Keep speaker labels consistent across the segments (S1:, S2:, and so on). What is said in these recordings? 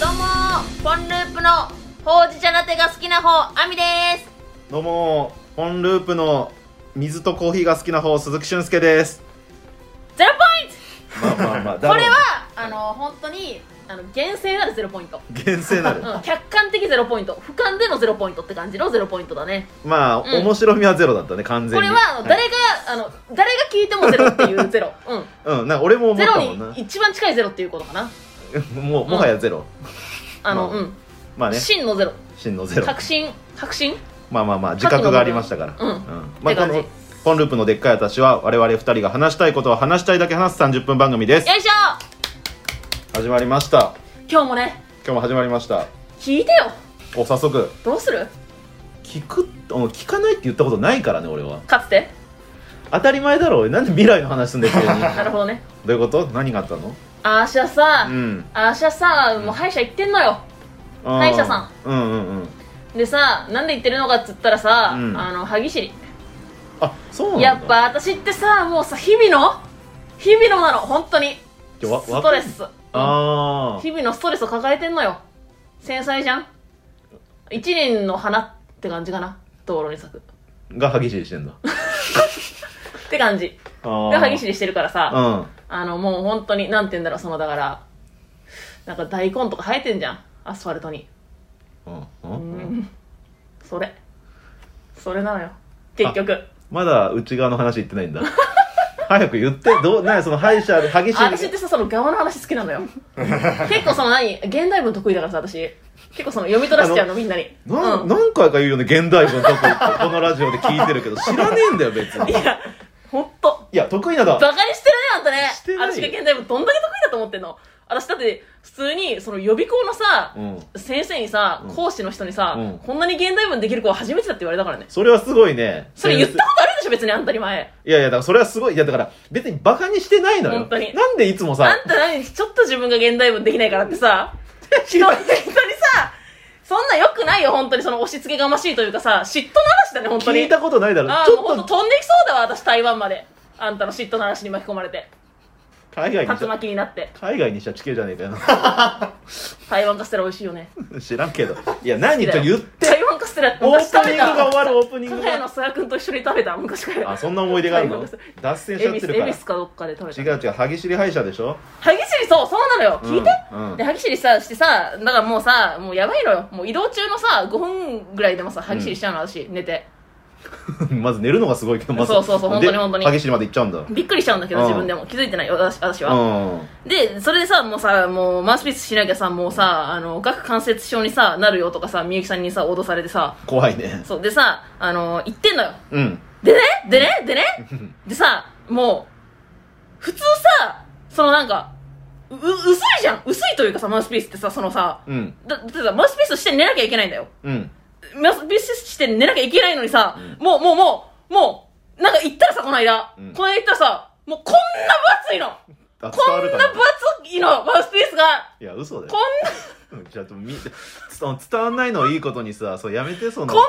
S1: どうもーポンループのほうじ茶ラテが好きな方あみです
S2: どうもオンループの水とコーヒーが好きな方鈴木俊介です
S1: ゼロポイン
S2: まあまあまあ
S1: トこれはあの本当にあの厳正なるゼロポイント、
S2: 厳正なる
S1: うん、客観的ゼロポイント俯瞰でのゼロポイントって感じのゼロポイントだね
S2: まあ、
S1: うん
S2: 面白みはゼロだったね完全
S1: こ
S2: に
S1: れはあの誰が、あの誰が聞いてもゼロっていうゼロ、う
S2: うんなんか俺も
S1: ん、
S2: 思っ
S1: ゼ
S2: た
S1: ロ
S2: もんな
S1: に一番近いゼロっていうことかな
S2: もうもはやゼロ、
S1: あの、
S2: まあ
S1: うん
S2: まあね
S1: 真のゼロ
S2: 真のゼロ
S1: 確信確信
S2: まあまあまあ自覚がありましたから、
S1: うん
S2: ま
S1: って
S2: あ、こ
S1: 感じ
S2: のポンループのでっかい私は我々二人が話したいことを話したいだけ話す30分番組です
S1: よいしょ
S2: 始まりました
S1: 今日もね
S2: 今日も始まりました
S1: 聞いてよ
S2: お早速
S1: どうする
S2: 聞くうん聞かないって言ったことないからね俺は
S1: かつて
S2: 当たり前だろおいなんで未来の話すんだよ急に
S1: なるほどね
S2: どういうこと何があったの
S1: あーしゃさ、
S2: うん
S1: あーしゃさもう歯医者行ってんのよ歯医者さ
S2: んうんうんうん
S1: でさなんで行ってるのかっつったらさ、
S2: うん
S1: あの歯ぎしり
S2: あそうなんだ
S1: やっぱ私ってさもうさ日々の日々のなの本当に
S2: ちょわ
S1: ストレス
S2: ああ
S1: 日々のストレスを抱えてんのよ繊細じゃん一輪の花って感じかな道路に咲く
S2: が歯ぎしりし てんだ
S1: って感じ
S2: あー
S1: で歯ぎしりしてるからさ、
S2: うん
S1: あの、もう本当に、なんて言うんだろう、その、だから、なんか大根とか生えてんじゃん。アスファルトに。
S2: うんう
S1: うん
S2: うん
S1: ん。それ。それなのよ。結局。
S2: まだ内側の話言ってないんだ 早く言ってどうなにその歯医者で歯ぎし
S1: あ私っ
S2: り
S1: てさ、その側の話好きな のよ。結構その何現代文得意だからさ、私。結構その読み取らせちゃうの、みんなに。
S2: な
S1: うん
S2: ん何回か言うよね現代文とかこ のラジオで聞いてるけど知らねえんだよ別 に
S1: いや、ほんと。
S2: いや得意なの
S1: バカにしてるね、あんたね。
S2: してないよ
S1: 私が現代文どんだけ得意だと思ってんの私だって、普通に、その予備校のさ、
S2: うん
S1: 先生にさ、
S2: うん
S1: 講師の人にさ、
S2: うん
S1: こんなに現代文できる子は初めてだって言われたからね。
S2: それはすごいね
S1: それ言ったことあるでしょ別にあんたに前
S2: いやいやだからそれはすごいいやだから別にバカにしてないのよ
S1: 本当に
S2: なんでいつも
S1: あ
S2: さ
S1: んた何ちょっと自分が現代文できないからってさ人 人にさそんな良くないよ本当にその押し付けがましいというかさ嫉妬の嵐だね本当
S2: 聞い
S1: に
S2: たことないだろ
S1: ああ
S2: ち
S1: もう
S2: ょっ
S1: 本
S2: と
S1: 当飛んできそうだわ私台湾まであんたの嫉妬の嵐に巻き込まれて
S2: 海外にし
S1: 竜
S2: た
S1: 巻になって
S2: 海外にしちゃ地球じゃねえかよ
S1: 台湾カステラ美味しいよね
S2: な知らんけどいや何ちょ言って
S1: 台湾カステラって
S2: オー
S1: 昔食
S2: プニ
S1: べ
S2: ングが
S1: た
S2: 終わるオープニン
S1: 加
S2: グ
S1: 賀屋の
S2: が
S1: 曽谷君と一緒に食べた昔から
S2: あそんな思い出がある
S1: 台湾
S2: の
S1: カステ
S2: 脱線しち
S1: ラ
S2: ゃっ
S1: 恵比
S2: て
S1: 寿
S2: るか
S1: 恵
S2: ら
S1: 比寿かどっかで食べた
S2: 違う違う歯ぎしり歯医者でしょ
S1: 歯ぎしりそうそうなのよ、聞いて
S2: うんうん
S1: で歯ぎしりさしてさだからもうさもうやばいのよもう移動中のさ5分ぐらいでもさ歯ぎしりしちゃうの、私寝て
S2: まず寝るのがすごいけどまず
S1: そうそうそう本当に
S2: で
S1: 本当に
S2: 歯ぎしりまで行っちゃうんだう
S1: びっくりしちゃうんだけど
S2: うん
S1: 自分でも気づいてないよ私私は、
S2: ん
S1: でそれでさもうさもうマウスピースしなきゃさもうさあの顎関節症にさなるよとかさみゆきさんにさ脅されてさ
S2: 怖いね
S1: そうでさあの言ってんのよ
S2: うん
S1: でねでねで ねでさもう普通さそのなんかう薄いじゃん薄いというかさマウスピースってさそのさ
S2: うん
S1: だだってさマウスピースして寝なきゃいけないんだよ
S2: うん
S1: マスピースして寝なきゃいけないのにさ、もう、もう、もう、もう、なんか言ったらさ、この間、
S2: うん
S1: この間言ったらさ、もうこんな分厚いの
S2: あ伝わ
S1: こん
S2: る
S1: な
S2: か
S1: 分厚いの、マウスピースが、
S2: いや嘘だよ
S1: こんな、
S2: うんちょっとみその伝わんないのをいいことにさそうやめてその
S1: こんな分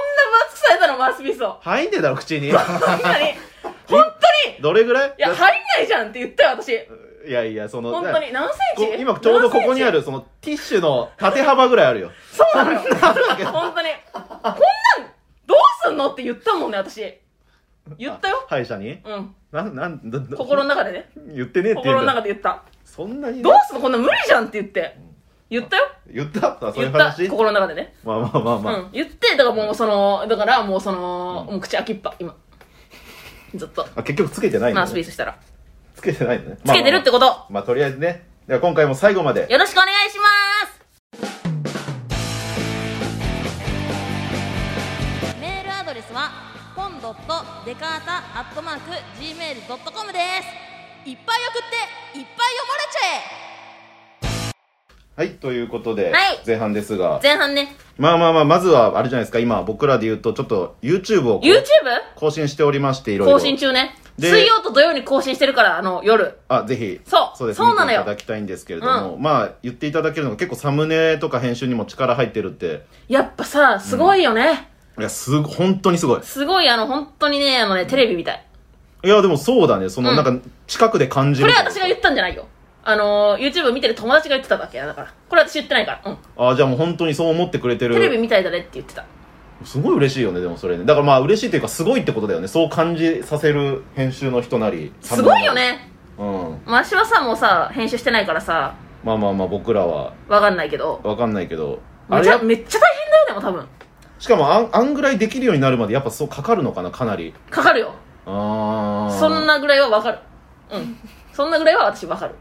S1: 厚くされたの、マウスピースを。
S2: 入んねえだろ 口に
S1: 本当 に、本当に、い
S2: どれぐらい
S1: や、入んないじゃんって言ったよ、私。
S2: いやいやその
S1: 本当に、何セン
S2: こ
S1: チ
S2: 今ちょうどここにあ。るそのティッシュの縦幅ぐらいあるよ
S1: 何センチそうなのよ。本当に。こんなん、どうすんのって言ったもんね、私。言ったよ。
S2: あ歯医者に
S1: うん。
S2: なんなんだだ
S1: 心の中でね。
S2: 言ってねえって言
S1: 心
S2: う
S1: の
S2: ん
S1: 中
S2: だ
S1: で言った。
S2: そんなに
S1: どうすんのこんな無理じゃんって言って。言ったよ。
S2: 言ったあそうい
S1: 言
S2: う
S1: った。
S2: 話
S1: 心の中でね。
S2: まあまあまあまあ、
S1: うん。言って、だからもうその、だからもうその、もう口開きっぱ、今。ずっと。
S2: あ結局つけてないん
S1: マ
S2: だ、
S1: ウスピー
S2: ね、
S1: スしたら。
S2: つけてないのね
S1: つけてるって
S2: まあまあまあ
S1: こと。
S2: まあとりあえずねでは今回も最後まで
S1: よろしくお願いしますメールアドレスはポンドットデカータアットマーク Gmail.com ですいっぱい送っていっぱい読まれち
S2: はいということ
S1: は
S2: で、
S1: い
S2: 前半です
S1: ゃ
S2: が
S1: え前半ね
S2: まあまあまあまずはあれじゃないですか今僕らで言うとちょっと YouTube をこう
S1: YouTube?
S2: 更新しておりましていろいろ
S1: 更新中ね
S2: で
S1: 水曜と土曜に更新してるからあの夜
S2: あぜひ
S1: そう
S2: そうです
S1: そうなのよ
S2: 見ていただきたいんですけれども、まあ言っていただけるのが結構サムネとか編集にも力入ってるって
S1: やっぱさすごいよね、
S2: いやすご本当にすごい
S1: すごいあの本当にねあのねテレビみたい
S2: いやでもそうだねその、
S1: うん
S2: なんか近くで感じ
S1: こ
S2: る
S1: れ私が言ったんじゃないよあのー、YouTube 見てる友達が言ってただけだから。これ私言ってないから。うん。
S2: あじゃあもう本当にそう思ってくれてる
S1: テレビみたいだねって言ってた。
S2: すごい嬉しいよねでもそれねだからまあ嬉しいというかすごいってことだよねそう感じさせる編集の人なり
S1: すごいよね。
S2: うん
S1: マシはさ、もうさ、編集してないからさ、
S2: まあまあまあ僕らは
S1: わかんないけど。
S2: わかんないけどあ
S1: め
S2: れ
S1: ちゃ、
S2: や
S1: めっちゃ大変だよ、でも多分。
S2: しかもあんあんぐらいできるようになるまでやっぱそうかかるのかなかなり
S1: かかるよ。
S2: ああ
S1: そんなぐらいはわかる。うん。そんなぐらいは私わかる。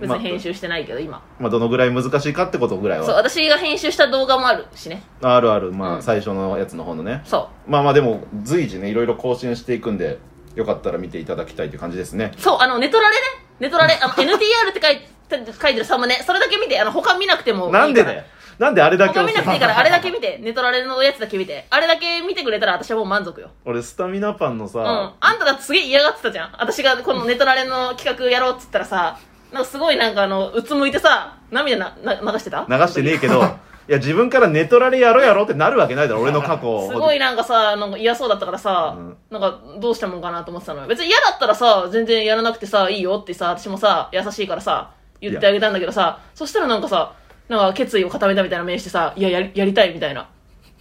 S1: 別
S2: ま
S1: に編集してないけど、今。
S2: まあどのぐらい難しいかってことぐらい
S1: そう、
S2: は
S1: 私が編集した動画もあるしね。
S2: あるあるま
S1: うん
S2: あ最初のやつの方のね
S1: そ
S2: まあまあでも随時ねいろいろ更新していくんでよかったら見ていただきたいという感じですね
S1: う。そう、あの、ネトラレね。ネトラレ、あの、NTR って書いて、書いてるサムネ。それだけ見て、あの、他見なくてもいいから。
S2: なんでだよなんであれだけ
S1: 他見なくていいから、あれだけ
S2: 見
S1: 見て。ネ トラレのやつだけ見て。あれだけ見てくれたら私はもう満足よ。
S2: 俺スタミナパンの
S1: うん。
S2: さ、
S1: あんただってすげえ嫌がってたじゃん。私がこのネトラレの企画やろうっつったらさ、なんかすごいなんかあの、うつむいてさ、涙なな流してた
S2: 流してねえけどいや自分から寝取られやろうやろうってなるわけない だろ俺の過去を
S1: すごいなんかさ、なんか嫌そうだったからさ、
S2: うん
S1: なんかどうしたもんかなと思ってたのよ。別に嫌だったらさ、全然やらなくてさ、いいよってさ、私もさ、優しいからさ、言ってあげたんだけどさ、そしたらなんかさ、なんか決意を固めたみたいな目してさ、いや、やりやりたいみたいな、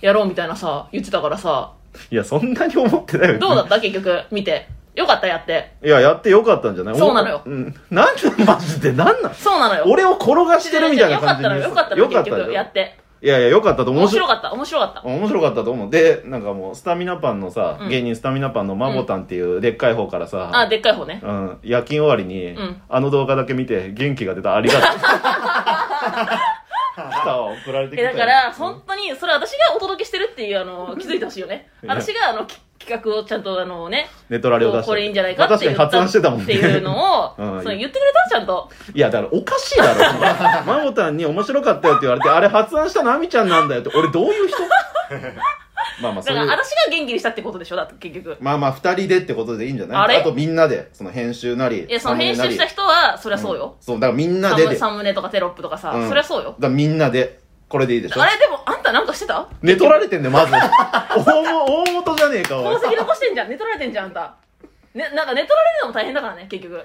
S1: やろうみたいなさ、言ってたからさ、
S2: いやそんなに思ってないよ
S1: どうだった結局、見て。よかった、やって。
S2: いややってよかったんじゃない
S1: そうなのよ
S2: ん、なんでマジでなんなん
S1: そうなのよ。
S2: 俺を転がしてるみたいな感じに
S1: よかったのよ
S2: よ
S1: か
S2: か
S1: っ
S2: った
S1: の
S2: た
S1: 結
S2: でし
S1: 局、
S2: ょ
S1: やって。
S2: いやいやよかったと思う
S1: 面白かった、面白かった。
S2: 面白かったと思うでなんかもうスタミナパンのさ、
S1: うん
S2: 芸人スタミナパンのマボタンっていうでっかい方からさ、
S1: あ、でっかい方ね。
S2: うん、夜勤終わりに、
S1: うん
S2: あの動画だけ見て元気が出たありがと う来たわ送られてき
S1: え
S2: たよ
S1: だから本当にそれ私がお届けしてるっていうあの気づいてほしいよね
S2: いや
S1: 私があのき企画をちゃんとあのね
S2: ネトラレを出して
S1: これいいんじゃないかって言
S2: まあ確かに発案してたもんね
S1: っていうのを
S2: う ん
S1: その言ってくれたちゃんと
S2: いやだからおかしい だろマモタンに面白かったよって言われてあれ発案したのアミちゃんなんだよって俺どうい う人まあまあそ
S1: だ
S2: う
S1: か
S2: いう
S1: ら私が元気にしたってことでしょだって結局
S2: まあまあ2人でってことでいいんじゃない
S1: あれ
S2: とみんなでその編集なり
S1: いやその編集した人
S2: 人
S1: はそりゃそうよ、
S2: そうだからみんな
S1: サ
S2: で
S1: ム
S2: で
S1: サムネとかテロップとかさ、
S2: うん
S1: そりゃそうよ
S2: だからみんなでこれでいいでしょ
S1: あれでもあんたなんかしてた
S2: 寝取られてんだよまず大も大元じゃねえ かおい
S1: 功績残してんじゃん寝取られてんじゃんあんたね、なんか寝取られるのも大変だからね結局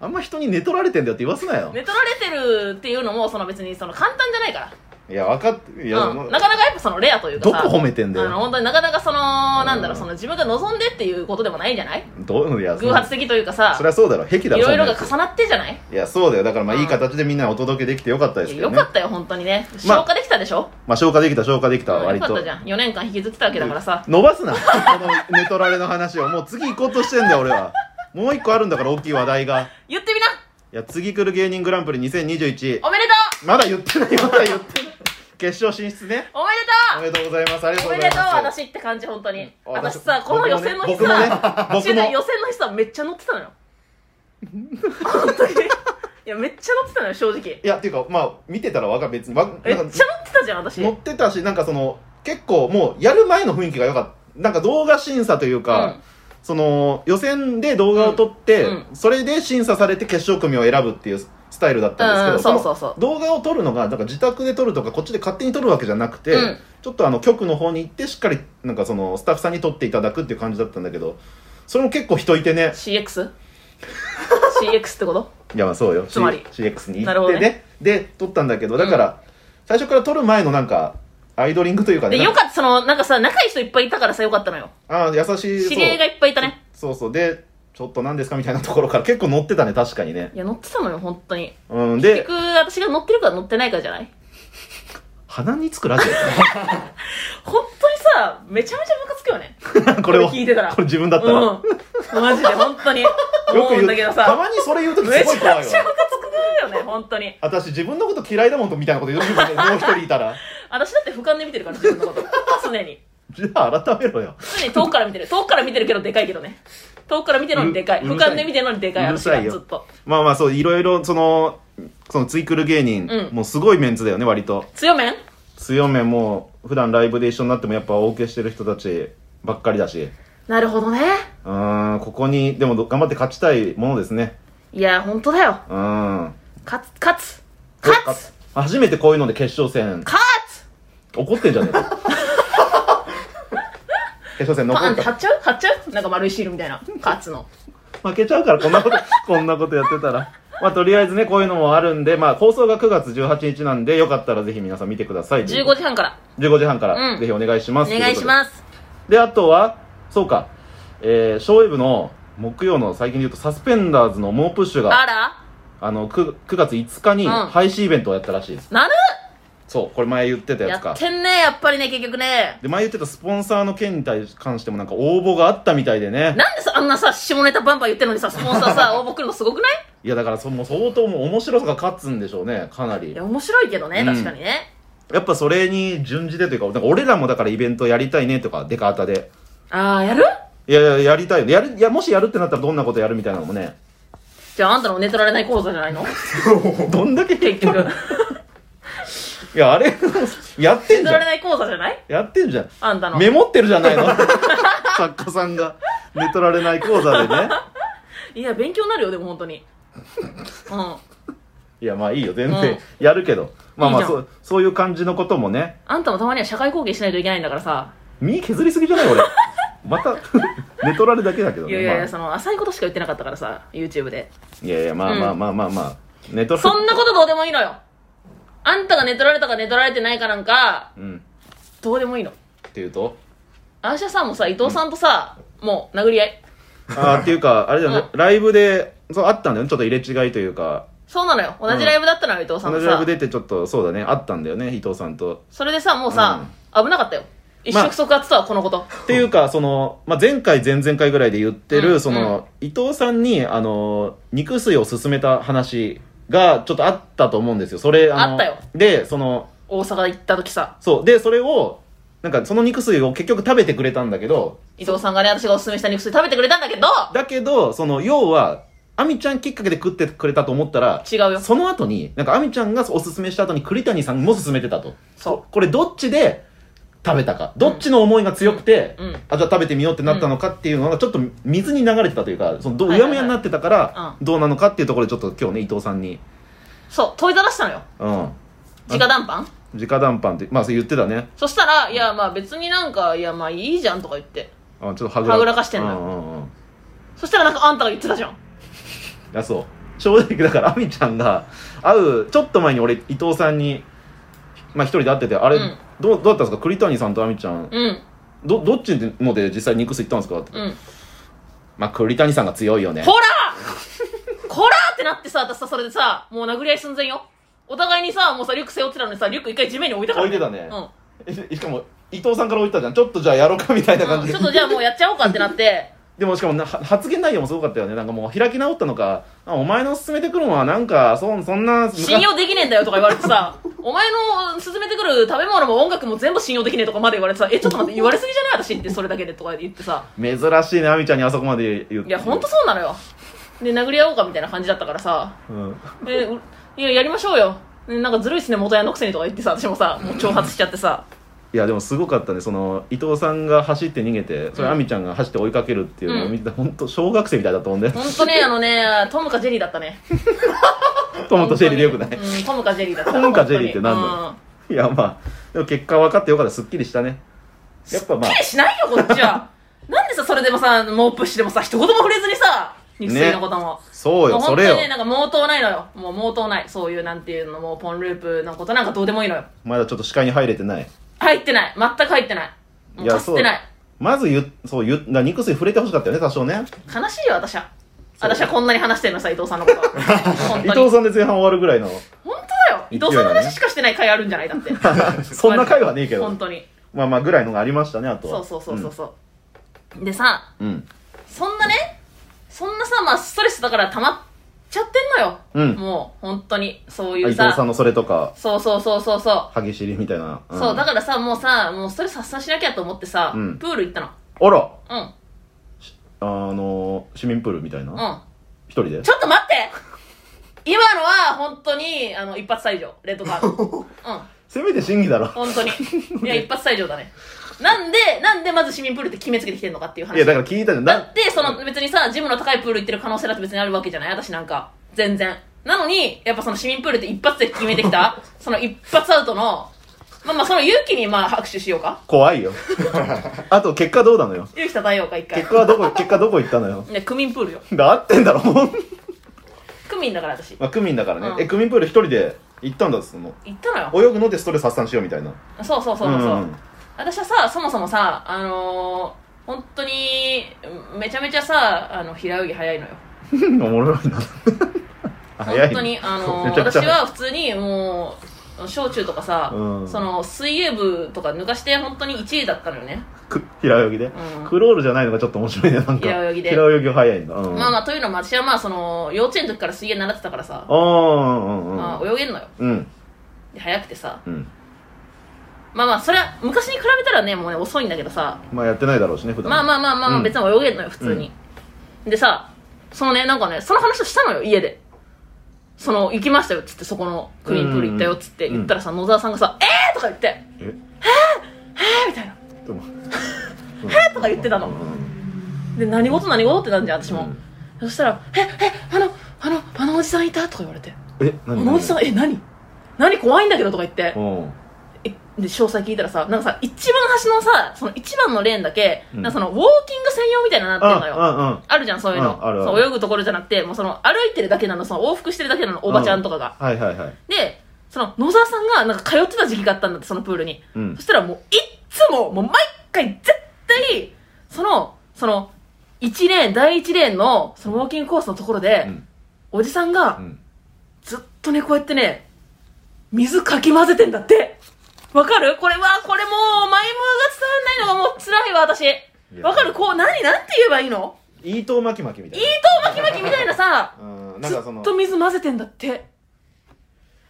S2: あんま人に寝取られてんだよって言わすなよ、
S1: 寝取られてるっていうのもその別にその簡単じゃないから
S2: いや分かっていや、
S1: うん、なかなかやっぱそのレアというか
S2: ど
S1: さ
S2: こ褒めてんだ
S1: あの
S2: よ
S1: 本当になかなかその、なんだろう
S2: うん
S1: その自分が望んでっていうことでもないじゃない
S2: どういうのや
S1: 偶発
S2: そ
S1: 的というかさ
S2: そりゃそうだろ癖だ
S1: い
S2: ろ
S1: ろいろが
S2: そんな
S1: 重なってじゃない
S2: やついやそうだよだからまあ、
S1: うん
S2: いい形でみんなお届けできてよかったです
S1: い
S2: け
S1: や
S2: ど
S1: よ
S2: ね
S1: かったよ本当にね
S2: まあ
S1: 消化できたでしょ、
S2: まあ消化できた消化できた
S1: うん
S2: 割
S1: よか
S2: と
S1: ったじゃん4年間引きずってたわけだからさ
S2: 伸ばすなこの寝取られの話をもう次行こうとしてんだよ俺はもう一個あるんだから大きい話題が
S1: 言ってみない
S2: や次来る芸人グランプリ2021
S1: おめで
S2: まだ言ってないまだ言ってない決勝進出ね
S1: とうおめで
S2: おめでとうございますありが
S1: とう
S2: と
S1: お
S2: う
S1: めで
S2: ござい
S1: とう
S2: ます
S1: 私って感じ本当に
S2: うん
S1: 私さこの予選の日
S2: 僕もね
S1: さ
S2: 僕
S1: 中
S2: もね
S1: 大予選の日さめっちゃ乗ってたのよ本当にいやめっちゃ乗ってたのよ正直めっ
S2: いやっていうかまあ見てたらわかる別にわ
S1: ちゃ乗
S2: なん
S1: って
S2: か
S1: たじゃん私
S2: 乗ってたしなんかその結構もうやる前の雰囲気が良かったなんか動画審査というか、
S1: うん
S2: その予選で動画を撮って、
S1: うん
S2: それで審査されて決勝組を選ぶっていうスタイルだったんですけ
S1: うん
S2: ど、
S1: うんそうそうそう
S2: の動画を撮るのがなんか自宅で撮るとかこっちで勝手に撮るわけじゃなくて、
S1: うん
S2: ちょっとあの局の方に行ってしっかりなんかそのスタッフさんに撮っていただくっていう感じだったんだけどそれも結構人いてね
S1: CX?CX ってこと
S2: いやまあそうよ
S1: つまり
S2: C- CX に
S1: なる
S2: 行
S1: ほ
S2: っ
S1: ど
S2: てね
S1: ね
S2: で撮ったんだけどだから、最初から撮る前のなんかアイドリングというか
S1: で
S2: ねな
S1: よ
S2: んか
S1: かったそのなんかさ仲いい人いっぱいいたからさよかったのよ
S2: ああ優しいそう
S1: 知り合いがいっぱいいたね
S2: そうそうでちょっと何ですかみたいなところから結構乗ってたね確かにね
S1: いや乗ってたのよ本当に
S2: うん
S1: 結
S2: で
S1: 局私が乗ってるか乗ってないかじゃない
S2: 鼻につくラジ
S1: 本当にさめちゃめちゃムカつくよね
S2: オ これを
S1: これ聞いてたら
S2: これ自分だったら、よ
S1: うんマジで本当に
S2: く
S1: 思う
S2: 言
S1: ん
S2: う
S1: だけど
S2: た
S1: さ
S2: まにそれ言う時
S1: め
S2: す
S1: ちゃ
S2: ご
S1: め
S2: い
S1: ちゃ
S2: 怖
S1: ム
S2: い
S1: カつ
S2: わ
S1: くよね本当に
S2: 私自分のこと嫌いだもんとみたいなこと言う時もねもう一人い たら
S1: 私だって俯瞰で見てるから自分の こと常に
S2: じゃあ改めろよ
S1: 常に遠くから見てる遠くから見てるけどでかいけどね遠くから見てるのにでかいう
S2: う
S1: 俯
S2: るさい
S1: 瞰で見てるのにでかいう
S2: る
S1: 私
S2: さ
S1: が
S2: いよ
S1: ずっと
S2: まあまあそういろいろそのそのツイクル芸人、
S1: うん
S2: もうすごいメンツだよね割と
S1: 強めん
S2: 強めもう普段ライブで一緒になってもやっぱお受けしてる人たちばっかりだし
S1: なるほどね
S2: うーんここにでもど頑張って勝ちたいものですね
S1: いや本当だよ
S2: うーん
S1: 勝つ勝つ勝つ
S2: 初めてこういうので決勝戦
S1: 勝つ
S2: 怒ってんじゃねえ か決勝戦
S1: パン
S2: 残
S1: っ
S2: る
S1: て貼
S2: か
S1: っちゃう貼 っちゃうなんか丸いシールみたいな勝つの
S2: 負けちゃうからこんなことこんなことやってたらまあ、とりあえずね、こういうのもあるんで、まあ、放送が9月18日なんで、よかったらぜひ皆さん見てください。
S1: 15時半から
S2: 15時半から、
S1: うん
S2: ぜひお願いしま
S1: お
S2: す。
S1: 願いし
S2: す。
S1: ます
S2: で、あとは、そうか、えー、ショーウェブの木曜の最近で言うと、サスペンダーズの猛プッシュが、
S1: あ
S2: あ
S1: ら
S2: の9、9月5日に
S1: うん
S2: 配信イベントをやったらしいです。
S1: なる
S2: そう、これ前言ってたや
S1: や
S2: つか
S1: っ。てんねやっぱりね結局ね
S2: で、前言ってたスポンサーの件に対し関してもなんか応募があったみたいでね。
S1: なんでさあんなさ下ネタバンバン言ってんのにさスポンサー さ応募来るのすごくない
S2: いや、だからそ、もう相当もう面白さが勝つんでしょうね、かないり
S1: や。面白いけどね
S2: うん
S1: 確かにね、
S2: やっぱそれに準じてというか、なんか俺らもだからイベントやりたいねとか、デカータで。
S1: ああやる
S2: いやいや、やりたいよね。やる、いや、もしやるってなったらどんなことやるみたいなのもね。
S1: じゃああんたの寝取られない講座じゃない の
S2: どんだけ
S1: 結 局
S2: いや、あれ、やって
S1: 寝
S2: ん
S1: 取
S2: じ
S1: ら
S2: ゃん
S1: れ。ない講座じゃない
S2: やってんじゃん。
S1: あんたの
S2: メモってるじゃないの。 作家さんが。寝取られない講座でね。
S1: いや勉強になるよでも本当にうん
S2: いや、まあいいよ、全
S1: うん
S2: 然。やるけど。まあま
S1: いい
S2: あ、
S1: じゃ
S2: そ
S1: ん
S2: う、そういう感じのこともね。
S1: あんたもたまには社会貢献しないといけないんだからさ
S2: 身削りすぎじゃない俺。また、 寝取られだけだけど
S1: い
S2: ね。
S1: やいやいや
S2: ま
S1: その浅いことしか言ってなかったからさ YouTube で
S2: あ、いやいや、まあ
S1: うん
S2: まあまあまあまあ。寝取ら
S1: そ
S2: れ
S1: んなことどうでもいいのよあんたが寝取られたか寝取られてないかなんか
S2: うん。
S1: どうでもいいの
S2: っていうと
S1: アーシャさんもさ伊藤さんとさ、もう殴り合い
S2: あーっていうか、あれだよね、ライブで、そう、あったんだよね。ちょっと入れ違いというか、
S1: そうなのよ同じライブだったのよ、伊藤さん
S2: 同
S1: と
S2: じライ
S1: さ
S2: ブ出てちょっと、そうだね、あったんだよね、伊藤さんと。
S1: それでさもうさ、危なかったよ一触即発とはこのこと、
S2: っていうか、その、まあ、前回、前々回ぐらいで言ってる、
S1: うん
S2: その、伊藤さんに、あの、肉水を勧めた話が、ちょっとあったと思うんですよ。それ、の
S1: あったよ
S2: で、その、
S1: 大阪行った時さ
S2: そう、で、それを、なんか、その肉水を結局食べてくれたんだけど、
S1: 伊藤さんがね私がおすすめした肉水食べてくれたんだけど
S2: だけど、その、要は、アミちゃんきっかけで食ってくれたと思ったら、
S1: 違うよ
S2: その後に、なんか、アミちゃんがおすすめした後に、栗谷さんも勧めてたと。
S1: そ
S2: これ、どっちで食べたか。どっちの思いが強くて、
S1: うんうん
S2: あ、じゃあ食べてみようってなったのかっていうのが、ちょっと水に流れてたというか、そのどう、う
S1: はい
S2: や
S1: はい
S2: む
S1: はい
S2: やになってたから、
S1: う
S2: どうなのかっていうところで、ちょっと今日ね、伊藤さんに、
S1: そう問いただしたのよ
S2: うん。
S1: 直談判
S2: 直談判って、まあ、そう言ってたね。
S1: そしたら「いやまあ別になんかいやまあいいじゃん」とか言って
S2: あちょっとは
S1: はぐらかしてんのよ
S2: うんうんうん。
S1: そしたらなんかあんたが言ってたじゃん
S2: いやそう正直だから亜美ちゃんが会うちょっと前に俺伊藤さんにまあ一人で会っててあれ、
S1: うん
S2: どうどうだったんですか栗谷さんと亜美ちゃん
S1: うん
S2: どどっちので実際肉吸いったんですかって、
S1: うん
S2: まあ栗谷さんが強いよね
S1: ほらこらってなってさ私さそれでさもう殴り合い寸前よお互いにさもうさリュック背負ってたのにさリュック一回地面に置いたから、
S2: 置いてたね
S1: うん
S2: えしかも伊藤さんから置いてたじゃんちょっとじゃあやろうかみたいな感じ
S1: ち
S2: で、
S1: ょっとじゃあもうやっちゃおうかってなって
S2: でもしかもなは発言内容もすごかったよねなんかもう開き直ったのかあお前の勧めてくるのはなんかそんそん な
S1: 信用できねえんだよとか言われてさお前の勧めてくる食べ物も音楽も全部信用できねえとかまで言われてさえちょっと待って言われすぎじゃない私ってそれだけでとか言ってさ
S2: 珍しいね亜美ちゃんにあそこまで言って
S1: いやほんとそうなのよで殴り合おうかみたいな感じだったからさ
S2: うん
S1: でういややりましょうよでなんかずるいっすね元ヤンのくせにとか言ってさ私もさもう挑発しちゃってさ
S2: いやでもすごかったねその伊藤さんが走って逃げてそれ
S1: うん
S2: 亜美ちゃんが走って追いかけるっていうのを
S1: うん
S2: 見て本当小学生みたいだったもんね
S1: ほんとねあのねトムかジェリーだったね
S2: トムとシェリーでよくない
S1: うんトムかジェリーだった
S2: トムかジェリーって何なの
S1: の
S2: いやまあでも結果分かってよかったすっきりしたねやっぱまあ
S1: 綺麗しないよこっちはなんでさそれでもさ猛プッシュでもさ一言も触れずにさ肉水のことも、
S2: そう
S1: も
S2: よ
S1: う本
S2: そ
S1: 当に
S2: れよ
S1: ねなんか毛頭ないのよもう毛頭ないそういうなんていうのもうポンループのことなんかどうでもいいのよ
S2: まだちょっと視界に入れてない
S1: 入ってない全く入ってないもうかすってない
S2: まずゆそうゆな肉水触れてほしかったよね多少ね
S1: 悲しいよ私は私はこんなに話してるのさ伊藤さん のことは本
S2: 伊
S1: 当に
S2: 藤さんで前半終わるぐら いの
S1: 本当だよ伊藤さんの話しかしてない回あるんじゃないだって
S2: そんな回はねえけど
S1: 本当に
S2: まあまあぐらいのがありましたねあと
S1: そ
S2: は
S1: うそうそうそうそう、でさ
S2: うん
S1: そんなねそんなさまあストレスだから溜まっちゃってんのよ、
S2: うん
S1: もう本当にそう
S2: 伊
S1: いう
S2: 藤
S1: さ
S2: さんのそれとか
S1: そうそうそうそうそう
S2: 歯ぎしりみたいな
S1: そう、だ
S2: か
S1: からさ、もうさ、もうストレス発散しなきゃと思ってさ、
S2: うん
S1: プール行ったの。
S2: らあら
S1: うん、
S2: あの市民プールみたいな
S1: う
S2: 一人で
S1: ん。ちょっと待って今のは本当に、あの、一発退場。レッドカー ド。うん。
S2: せめて審議だろ。
S1: 本当に。いや、一発退場だね。なんで、なんでまず市民プールって決めつけてきてんのかっていう話。
S2: いや、だから聞いたじゃん。
S1: だ
S2: な
S1: って、その別にさ、ジムの高いプール行ってる可能性だって別にあるわけじゃない私なんか。全然。なのに、やっぱその市民プールって一発で決めてきた、 その一発アウトの、まあまあその勇気にまあ拍手しようか。
S2: 怖いよ。あと、結果どうなのよ。
S1: 勇気叩いようか、一回
S2: 結。果はどこ、結果どこ行ったのよ。
S1: ね、区民プールよ。
S2: だ合ってんだろ、もう。
S1: 区区民だから私
S2: まあ、区民だからね、
S1: うん
S2: え区民プール一人で行ったんだっつうの
S1: 行ったのよ
S2: 泳ぐのでストレス発散しようみたいな
S1: そうそうそうそう、
S2: んんん
S1: 私はさそもそもさあのー、本当にめちゃめちゃさあの平泳ぎ早いのよ
S2: うん、 おも ろいな早い
S1: 本当にあの
S2: めちゃくちゃ
S1: 私は普通にもう小中とかさ、
S2: うん
S1: その水泳部とか抜かして本当に1位だったのよね、
S2: く平泳ぎで、
S1: うん
S2: クロールじゃないのがちょっと面白いねなんか
S1: 平泳ぎで
S2: 平泳ぎは早いんだ、うん、
S1: まあま
S2: あ
S1: あというのも私はまあその幼稚園の時から水泳習ってたからさ、
S2: あーうんうん
S1: まあ、泳げんのよ
S2: うんうん
S1: で早くてさ
S2: うん
S1: まあまあそれは昔に比べたらねもうね遅いんだけどさ
S2: まあやってないだろうしね普段
S1: まあまあまあまあま
S2: う
S1: あ
S2: ん
S1: 別に泳げんのよ普通に、でさそのねなんかねその話をしたのよ家でその行きましたよっつってそこのクイーンプール行ったよっつって
S2: うん
S1: 言ったらさ野沢さんがさ「えー!」とか言って「
S2: え
S1: えー!」みたいな
S2: でも
S1: 「えー!」とか言ってたの
S2: うん
S1: で何事何事ってなんじゃん私も、
S2: うん
S1: そしたら「ええあのあのあのおじさんいた?」とか言われて「
S2: え
S1: あ
S2: 何
S1: のおじさんえ何何怖いんだけど」とか言って
S2: うん
S1: えで詳細聞いたらさなんかさ一番端のさその一番のレーンだけ、
S2: うん
S1: なんかそのウォーキング専用みたいなのになってんのよあ
S2: あ
S1: るじゃんそういうの
S2: ああるある
S1: そう泳ぐところじゃなくてもうその歩いてるだけなのその往復してるだけなのおばちゃんとかが、
S2: うんうんはいはいはい
S1: でその野沢さんがなんか通ってた時期があったんだってそのプールに、
S2: うん
S1: そしたらもういっつももう毎回絶対そのその1レーン第1レーンのそのウォーキングコースのところで、
S2: うん
S1: おじさんが、
S2: うん
S1: ずっとね、こうやってね、水かき混ぜてんだって。わかるこれは、これもう、マイムーが伝わんないのがもう辛いわ、私。わかるこう、何なんて言えばいいの
S2: イートー巻き巻きみた
S1: 伊
S2: い
S1: 藤巻き巻きみたいなさ、
S2: なうんなん
S1: ず
S2: かその
S1: っと水混ぜてんだって。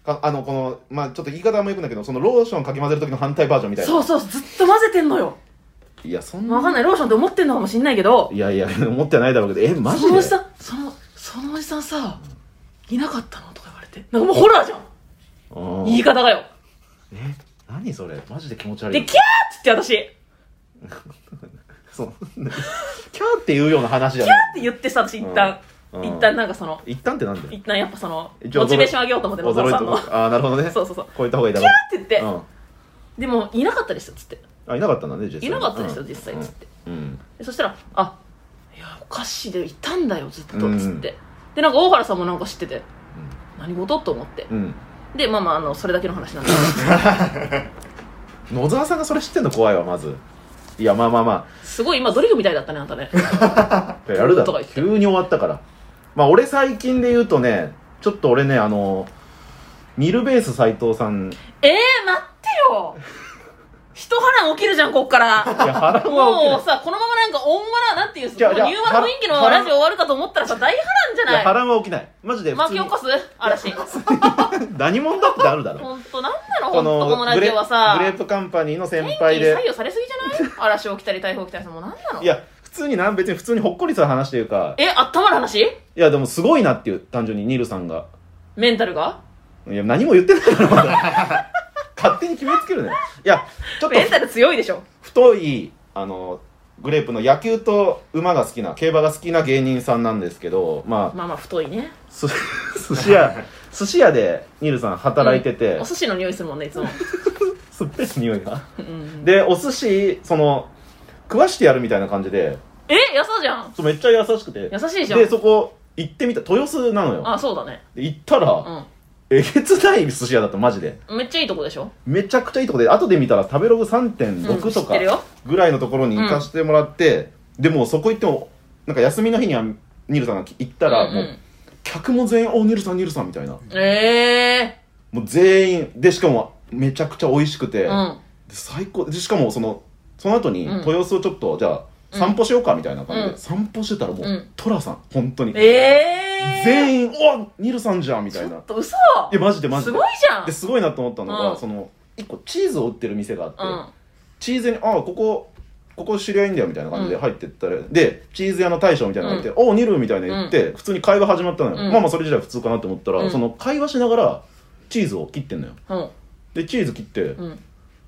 S2: かあのこのまあちょっと言い方もよくんだけどそのローションかき混ぜる時の反対バージョンみたいな
S1: そうそう、ずっと混ぜてんのよ。
S2: いやそん
S1: まあわかん
S2: な
S1: ない、ローションって思ってんのかもしんないけど、
S2: いやいや思ってないだろうけどえマジ
S1: そのお
S2: で
S1: じさん、その、そのおじさんさ、いなかったのとか言われて。なんかもうホラーじゃん。
S2: うん
S1: 言い方がよ。
S2: え何それマジで気持ち悪
S1: で、
S2: い
S1: キャーっつって私、キャー
S2: そう キャーっていうような話じゃない
S1: って言ってさ、私一旦、
S2: うん
S1: 一旦なんかその、
S2: 一旦ってなんだよ
S1: 一旦やっぱその
S2: 一応
S1: モチベーション上げようと思って野
S2: 驚
S1: 沢
S2: い
S1: さ
S2: た
S1: んのって
S2: ああなるほどね
S1: そうそうそう
S2: こういった方がいいだろ
S1: 言って、
S2: う
S1: でもいなかったですよっつって
S2: うんあいなかったんだね実際
S1: いなかったですよ
S2: うん
S1: 実際っつって
S2: うん
S1: でそしたら「あいやお菓子でいたんだよずっと」
S2: うん
S1: つって、でなんか大原さんもなんか知ってて何事と思って
S2: うんうん
S1: でまあまああのそれだけの話なんだ
S2: 野沢さんがそれ知ってんの怖いわまずいやまあまあま
S1: けどすごい今ドリフみたいだったねあんたね
S2: あやるだ
S1: とか
S2: ろ
S1: 言って
S2: 急に終わったからまあ俺最近で言うとねちょっと俺ねあのニルベース斎藤さんい
S1: えー、待ってよ一波乱起きるじゃんこっから
S2: や波乱は起きな
S1: も
S2: いう
S1: さこのままなんかオンマラなんていう
S2: じゃあ
S1: もう柔和な雰囲気
S2: じゃあ
S1: のラ
S2: 波乱
S1: ジオ終わるかと思ったらさ大波乱じゃ
S2: いや波
S1: ない
S2: 乱は起きないマジで普
S1: 巻
S2: 通
S1: き
S2: に
S1: 起こす嵐
S2: 何者だってあるだろ
S1: 本当なんなの本当このラ
S2: グレ
S1: ジオはさ
S2: グレープカンパニーの先
S1: 天気
S2: 輩
S1: に
S2: で
S1: 左右されすぎじゃない嵐起きたり台風起きたりさもうなんなの
S2: いや普通になん別に普通にほっこりする話というか
S1: えあったまる話
S2: いやでもすごいなっていう単純にニルさんが
S1: メンタルが
S2: いや何も言ってないからまだ 勝手に決めつけるねいやちょっと
S1: メンタル強いでしょ
S2: 太いあのグレープの野球と馬が好きな競馬が好きな芸人さんなんですけどまあ
S1: まあまあ太いね
S2: す 寿司屋寿司屋でニルさん働いてて、
S1: うんお寿司の匂いするもんねいつも
S2: 酸っぱい匂いが
S1: うん
S2: でお寿司その食わしてやるみたいな感じで
S1: えやさじゃん
S2: そうめっちゃ優しくて
S1: 優しいじゃん
S2: でそこ行ってみた豊洲なのよ
S1: あそうだね
S2: で行ったら、
S1: う
S2: えげつない寿司屋だったマジで
S1: んめっちゃいいとこでしょ
S2: めちゃくちゃいいとこで後で見たら食べログ
S1: うん
S2: 3.6
S1: 知
S2: と
S1: っ
S2: か
S1: てるよ
S2: ぐらいのところに行かせてもらって、でもうそこ行ってもなんか休みの日にはニルさんが行ったら
S1: うん
S2: も
S1: う
S2: うん客も全員「おニルさんニルさん」みたいな
S1: え
S2: もう全員でしかもめちゃくちゃ美味しくて、
S1: えうん
S2: で最高でしかもそのその後に
S1: うん
S2: 豊洲をちょっとじゃあ
S1: うん
S2: 散歩しようかみたいな感じで、
S1: うん
S2: 散歩してたらもう、
S1: うん
S2: 寅さん本当に、
S1: ええ
S2: 全員「おニルさんじゃん」み
S1: ち
S2: たいな
S1: ょっと嘘
S2: いやマジでマジです
S1: ごいじゃん
S2: ですごいなと思ったのが、
S1: うん
S2: その一個チーズを売ってる店があって、
S1: うん
S2: チーズに「ああここここ知り合いんだよ」みたいな感じで
S1: うん
S2: 入ってったら、でチーズ屋の大将みたいなのがいて「おおニル」みたいな言って、普通に会話始まったのよ、
S1: うん
S2: まあまあそれ自体普通かなと思ったら、
S1: うん
S2: その会話しながらチーズを切ってんのよ
S1: うん
S2: でチーズ切って、
S1: うん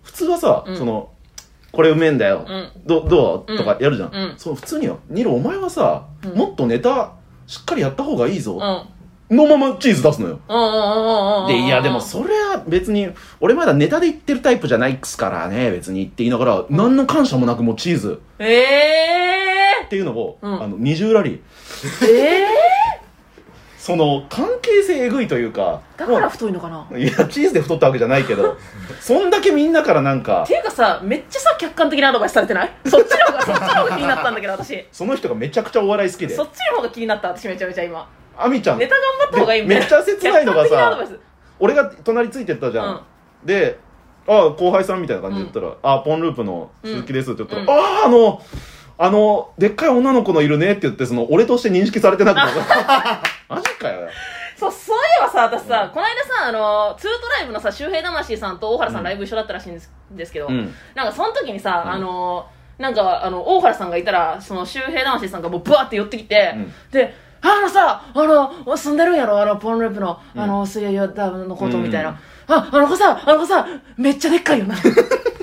S2: 普通はさ、
S1: うん
S2: その「これうめえんだよ、
S1: うん
S2: どどう?」
S1: うん
S2: とかやるじゃん、
S1: うん
S2: そう普通によ「ニルお前はさ、
S1: うん
S2: もっとネタしっかりやった方がいいぞ
S1: う」ん
S2: のままチーズ出すのよ
S1: うんうんうんうんうんうん
S2: でいやでもそれは別に俺まだネタで言ってるタイプじゃないっすからね別にって言いながら、何の感謝もなくもうチーズ
S1: ええ
S2: っていうのを、
S1: うん
S2: あの二重ラリー
S1: ええ
S2: その関係性えぐいというか
S1: だから
S2: も
S1: 太いのかなっ
S2: ういやチーズで太ったわけじゃない けどそんだけみんなからなんか
S1: ていうかさめっちゃさ客観的なアドバイスされてないそっちの方がそっちの方が気になったんだけど私
S2: その人がめちゃくちゃお笑い好きで
S1: そっちの方が気になった私めちゃめちゃ今
S2: 亜美ちゃん
S1: ネタ頑張った方がいいみたいな
S2: めっちゃ切ないのがさ
S1: 客観的アドバイス
S2: 俺が隣ついてったじゃん、
S1: うん
S2: で「あ後輩さん」みたいな感じで言ったら「あポンループの鈴木です」って言ったら「
S1: うん
S2: あああのあのでっかい女の子のいるね」って言ってその俺として認識されてな くてマジかよ
S1: そうそういえばさ私さ、
S2: うん
S1: この間さあのツートライブのさ周平魂さんと大原さんライブ一緒だったらしいんです,、ですけど、
S2: うん
S1: なんかその時にさ、
S2: うん
S1: あのなんかあの大原さんがいたらその周平魂さんがもうブワーって寄ってきて、
S2: うん
S1: であのさあの住んでるんやろあのポンループの、
S2: うん
S1: あの水泳ダブのことみたいな、
S2: うん
S1: ああの子さあの子さめっちゃでっかいよ な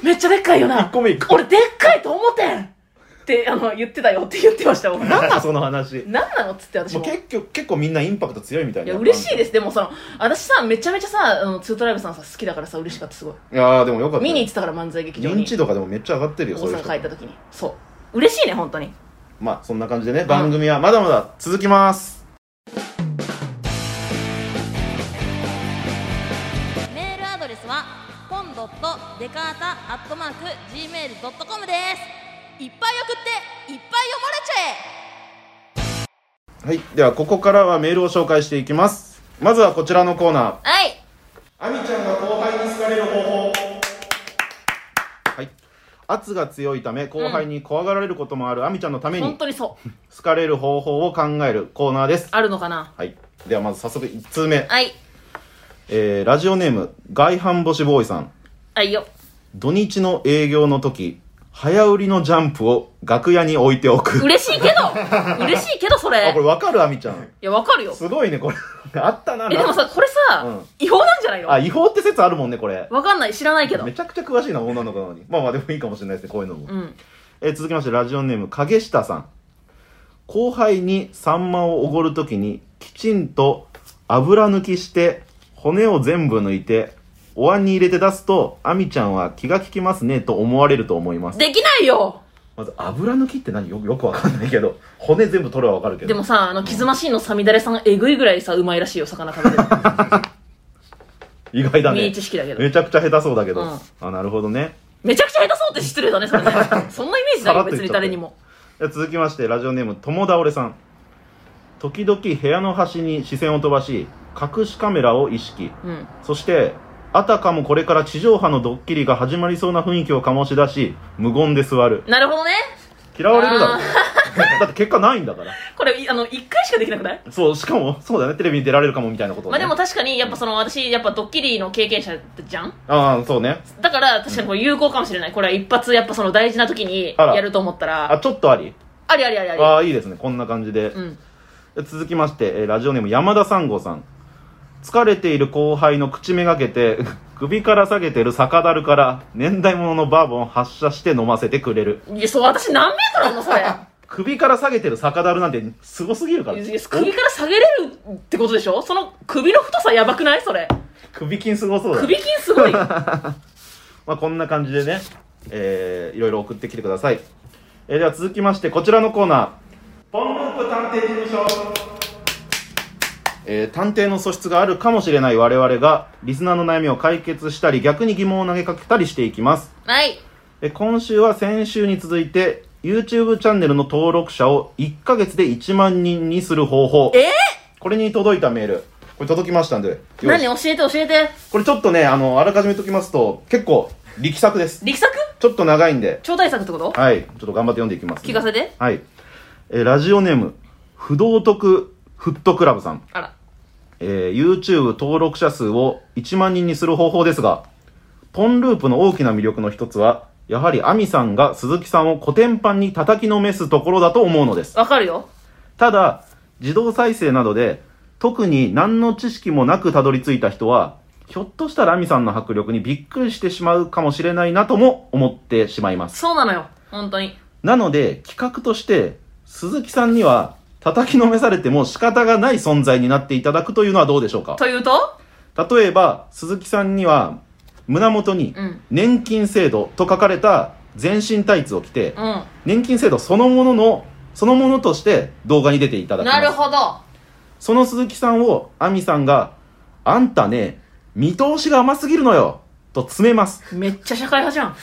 S1: めっちゃでっかいよ
S2: 1
S1: な
S2: 個目いく
S1: 俺でっかいと思ってんってあの言ってたよって言ってましたもん
S2: なんだその話
S1: 何なのっつって私
S2: もう
S1: も
S2: 結局結構みんなインパクト強いみたい
S1: い
S2: な
S1: や嬉しいですでもその私さめちゃめちゃさあのツートライブさんさ好きだからさ嬉しかったすごい
S2: いやーでもよかった
S1: 見に行ってたから漫才劇場
S2: 認
S1: に
S2: 知度がでもめっちゃ上がってる
S1: 大
S2: よそういう人
S1: 阪帰った時にそう嬉しいね本当に
S2: まあそんな感じでね、番組はまだまだ続きます
S3: メールアドレスはポン ドットデカータアットマーク Gmail.com ですいっぱい送っていっぱい読まれちゃえ
S2: はいではここからはメールを紹介していきますまずはこちらのコーナー
S3: はい
S2: アミちゃんが後輩に好かれる方法はい圧が強いため後輩に怖がられることもあるアミちゃんのため
S1: 本
S2: に
S1: 当にそう
S2: 好かれる方法を考えるコーナーです
S1: あるのかな
S2: はいではまず早速1通目、
S3: はい
S2: えーラジオネーム外反母子ボーイさん
S1: あいいよ
S2: 土日の営業の時早売りのジャンプを楽屋に置いておく
S1: 嬉しいけど嬉しいけどそれ
S2: あこれわかるアミちゃん
S1: いやわかるよ
S2: すごいねこれ あったな
S1: えでもさこれさ、
S2: うん
S1: 違法なんじゃないの
S2: あ違法って説あるもんねこれ
S1: わかんない知らないけど
S2: めちゃくちゃ詳しいな女の子なのにまあまあでもいいかもしれないですねこういうのも
S1: うん
S2: えー続きましてラジオネーム影下さん後輩にサンマをおごるときにきちんと油抜きして骨を全部抜いてお椀に入れて出すとアミちゃんは気が利きますねと思われると思います
S1: できないよ
S2: まず油抜きって何よよくわかんないけど骨全部取るはわかるけど
S1: でもさあの傷マシンのさみだれさんえぐいぐらいさうまいらしいよ魚食べ てる
S2: 意外だ
S1: い
S2: ね
S1: い知識だけど
S2: めちゃくちゃ下手そうだけど、
S1: うん
S2: あなるほどね
S1: めちゃくちゃ下手そうって失礼だねそれ ねそんなイメージだ
S2: さら
S1: よ
S2: っと言っ
S1: 別
S2: ちゃった
S1: に誰にも
S2: じゃあ続きましてラジオネーム友倒れさん時々部屋の端に視線を飛ばし隠しカメラを意識
S1: うん
S2: そしてあたかもこれから地上波のドッキリが始まりそうな雰囲気を醸し出し無言で座る
S1: なるほどね
S2: 嫌われるだろう だって結果ないんだから
S1: これいあの1回しかできなくない
S2: そうしかもそうだねテレビに出られるかもみたいなことを
S1: まあ
S2: ね、
S1: でも確かにやっぱその私やっぱドッキリの経験者じゃん
S2: ああそうね
S1: だから確かにこれ有効かもしれないこれは一発やっぱその大事な時に
S2: あら
S1: やると思ったら
S2: あ
S1: あ
S2: ちょっとあり
S1: りありありあり
S2: ああいいですねこんな感じで、
S1: うん
S2: 続きまして、えーラジオネーム山田三号さん疲れている後輩の口めがけて 首から下げてる酒樽から年代物のバーボンを発射して飲ませてくれる
S1: いやそう私何メートルあるのそ れ
S2: 首から下げてる酒樽なんてすごすぎるか
S1: い
S2: ら
S1: や首から下げれるってことでしょその首の太さやばくないそれ
S2: お首筋すごそうだ
S1: 首筋す ごいよ
S2: まあ、こんな感じでね、えーいろいろ送ってきてください、えーでは続きましてこちらのコーナーポンループ探偵事務所、えー探偵の素質があるかもしれない我々がリスナーの悩みを解決したり逆に疑問を投げかけたりしていきます、
S3: はい
S2: えー今週は先週に続いて YouTube チャンネルの登録者を1ヶ月で1万人にする方法
S1: え
S2: これに届いたメールこれ届きましたんで用意
S1: 何教えて教えて
S2: これちょっとねあのあらかじめ言っときますと結構力作です
S1: 力作
S2: ちょっと長いんで
S1: 超大作ってこと
S2: はい、ちょっと頑張って読んでいきます、
S1: 聞かせて
S2: はい。えーラジオネーム、不道徳フットクラブさん。
S1: あら
S2: えー YouTube 登録者数を1万人にする方法ですが、ポンループの大きな魅力の一つは、やはりアミさんが鈴木さんをコテンパンに叩きのめすところだと思うのです。
S1: わかるよ
S2: ただ、自動再生などで、特に何の知識もなくたどり着いた人は、ひょっとしたらアミさんの迫力にびっくりしてしまうかもしれないなとも思ってしまいます。
S1: そうなのよ本当に
S2: なので、企画として、鈴木さんには、叩きのめされても仕方がない存在になっていただくというのはどうでしょうか
S1: というと
S2: 例えば、鈴木さんには、胸元に
S1: うん、
S2: 年金制度と書かれた全身タイツを着て
S1: う、ん
S2: 年金制度そのものの、そのものとして動画に出ていただきます。
S1: なるほど
S2: その鈴木さんを亜美さんが「あんたね見通しが甘すぎるのよ」と詰めます
S1: めっちゃ社会派じゃん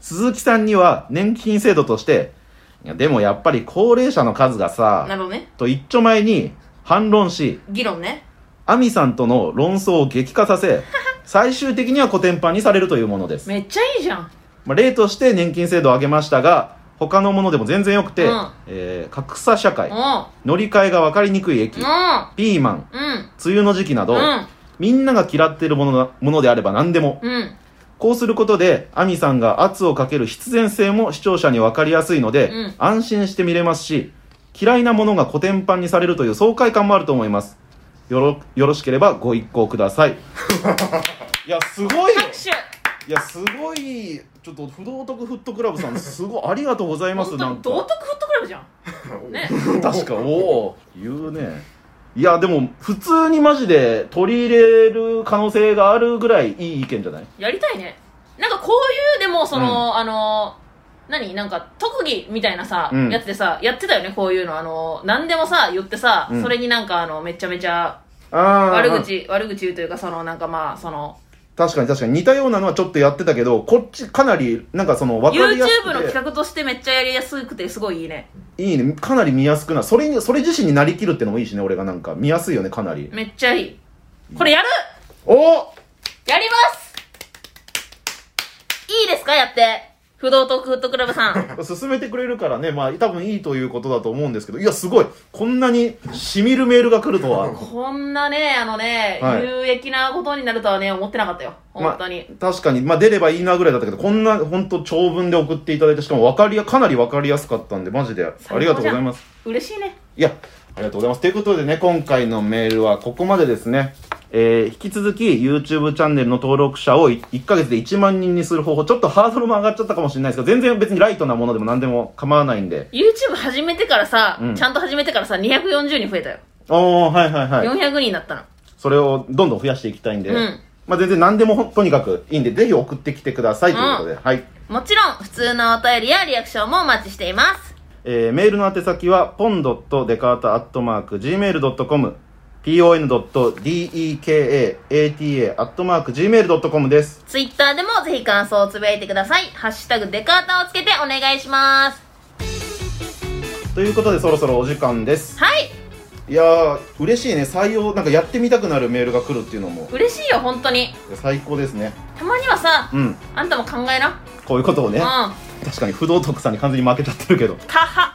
S2: 鈴木さんには年金制度として「いやでもやっぱり高齢者の数が
S1: な
S2: さ
S1: るほどね」
S2: と一丁前に反論し
S1: 議論ね
S2: 亜美さんとの論争を激化させ 最終的にはコテンパンにされるというものです、
S1: めっちゃいいじゃん
S2: まあ、例として年金制度を挙げましたが他のものでも全然よくて、
S1: うん
S2: えー格差社会
S1: うん
S2: 乗り換えが分かりにくい駅
S1: う
S2: ピーマン
S1: ん
S2: 梅雨の時期など、
S1: うん
S2: みんなが嫌っているものなものであれば何でも
S1: うんうん
S2: こうすることで亜美さんが圧をかける必然性も視聴者に分かりやすいので、
S1: うん
S2: 安心して見れますし嫌いなものがコテンパンにされるという爽快感もあると思いますよろよろしければご一行くだ さいいやすごいよ
S1: 拍手
S2: いやすごいちょっと不道徳フットクラブさんすごいありがとうございま
S1: 本
S2: す
S1: 当
S2: なん
S1: に
S2: か
S1: 道徳フットクラブじゃんね
S2: 確かおお言うねいやでも普通にマジで取り入れる可能性があるぐらいいい意見じゃない
S1: やりたいねなんかこういうでもその、あの何なんか特技みたいなさ、
S2: うん
S1: やつでさやってたよねこういうのあの何でもさ言ってさ、
S2: うん
S1: それになんかあのめちゃめちゃ
S2: ああ
S1: 悪口悪口言うというかそのなんかまあその
S2: 確かに確かに似たようなのはちょっとやってたけどこっちかなりなんかその分かりやす
S1: YouTube の
S2: く
S1: 企
S2: て
S1: 画としてめっちゃやりやすくてすごいいいね
S2: いいねかなり見やすくなそれにそれ自身になりきるってのもいいしね俺がなんか見やすいよねかなり
S1: めっちゃいいこれやる
S2: おお
S1: やりますいいですかやって不動徳フットクラブさん
S2: 進めてくれるからねまあ多分いいということだと思うんですけどいやすごいこんなにしみるメールが来るとは
S1: こんなねあのね、
S2: はい
S1: 有益なことになるとはね思ってなかったよ 本当に、
S2: まあ、確かに、まあ、出ればいいなぐらいだったけどこんな本当長文で送っていただいてしかも分かりやかなり分かりやすかったんでマジでありがとうございます
S1: 嬉しいね
S2: いやありがとうございますということでね今回のメールはここまでですね、えー引き続き YouTube チャンネルの登録者を1ヶ月で1万人にする方法ちょっとハードルも上がっちゃったかもしれないですけど全然別にライトなものでも何でも構わないんで
S1: YouTube 始めてからさ、
S2: うん
S1: ちゃんと始めてからさ240人増えたよ、
S2: おーはいはいはい
S1: 400人だったの
S2: それをどんどん増やしていきたいんで、
S1: うん
S2: まあ、全然何でもほんとにかくいいんでぜひ送ってきてくださいということで、はい
S1: もちろん普通のお便りやリアクションもお待ちしています
S2: えーメールの宛先は、ポンドットデカータアットマーク Gmail.com、pon.dekata アットマーク Gmail.com です。
S1: Twitter でもぜひ感想をつぶやいてください「ハッシュタグデカータ」をつけてお願いします
S2: ということで、そろそろお時間です。
S1: はい
S2: いやー、嬉しいね。採用、なんかやってみたくなるメールが来るっていうのも、
S1: 嬉しいよ本当に
S2: 最高ですね。
S1: たまにはさ、
S2: うん。
S1: あんたも考えな
S2: こういうことを
S1: う
S2: ね
S1: ん、か
S2: 確かに不動徳さんに完全に負けちゃってるけど。
S1: は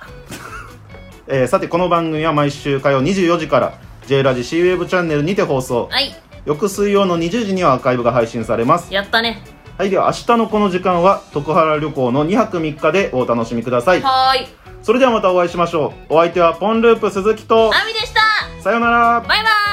S2: えーさて、この番組は毎週火曜24時から、J ラジ C ウェブチャンネルにて放送。
S1: はい
S2: 翌水曜の20時にはアーカイブが配信されます。
S1: やったね
S2: はい、では明日のこの時間は徳原旅行の2泊3日でお楽しみください。
S1: はーい
S2: それではまたお会いしましょう。お相手はポンループ鈴木と、
S1: ナミでした
S2: さようなら。
S1: バイバーイ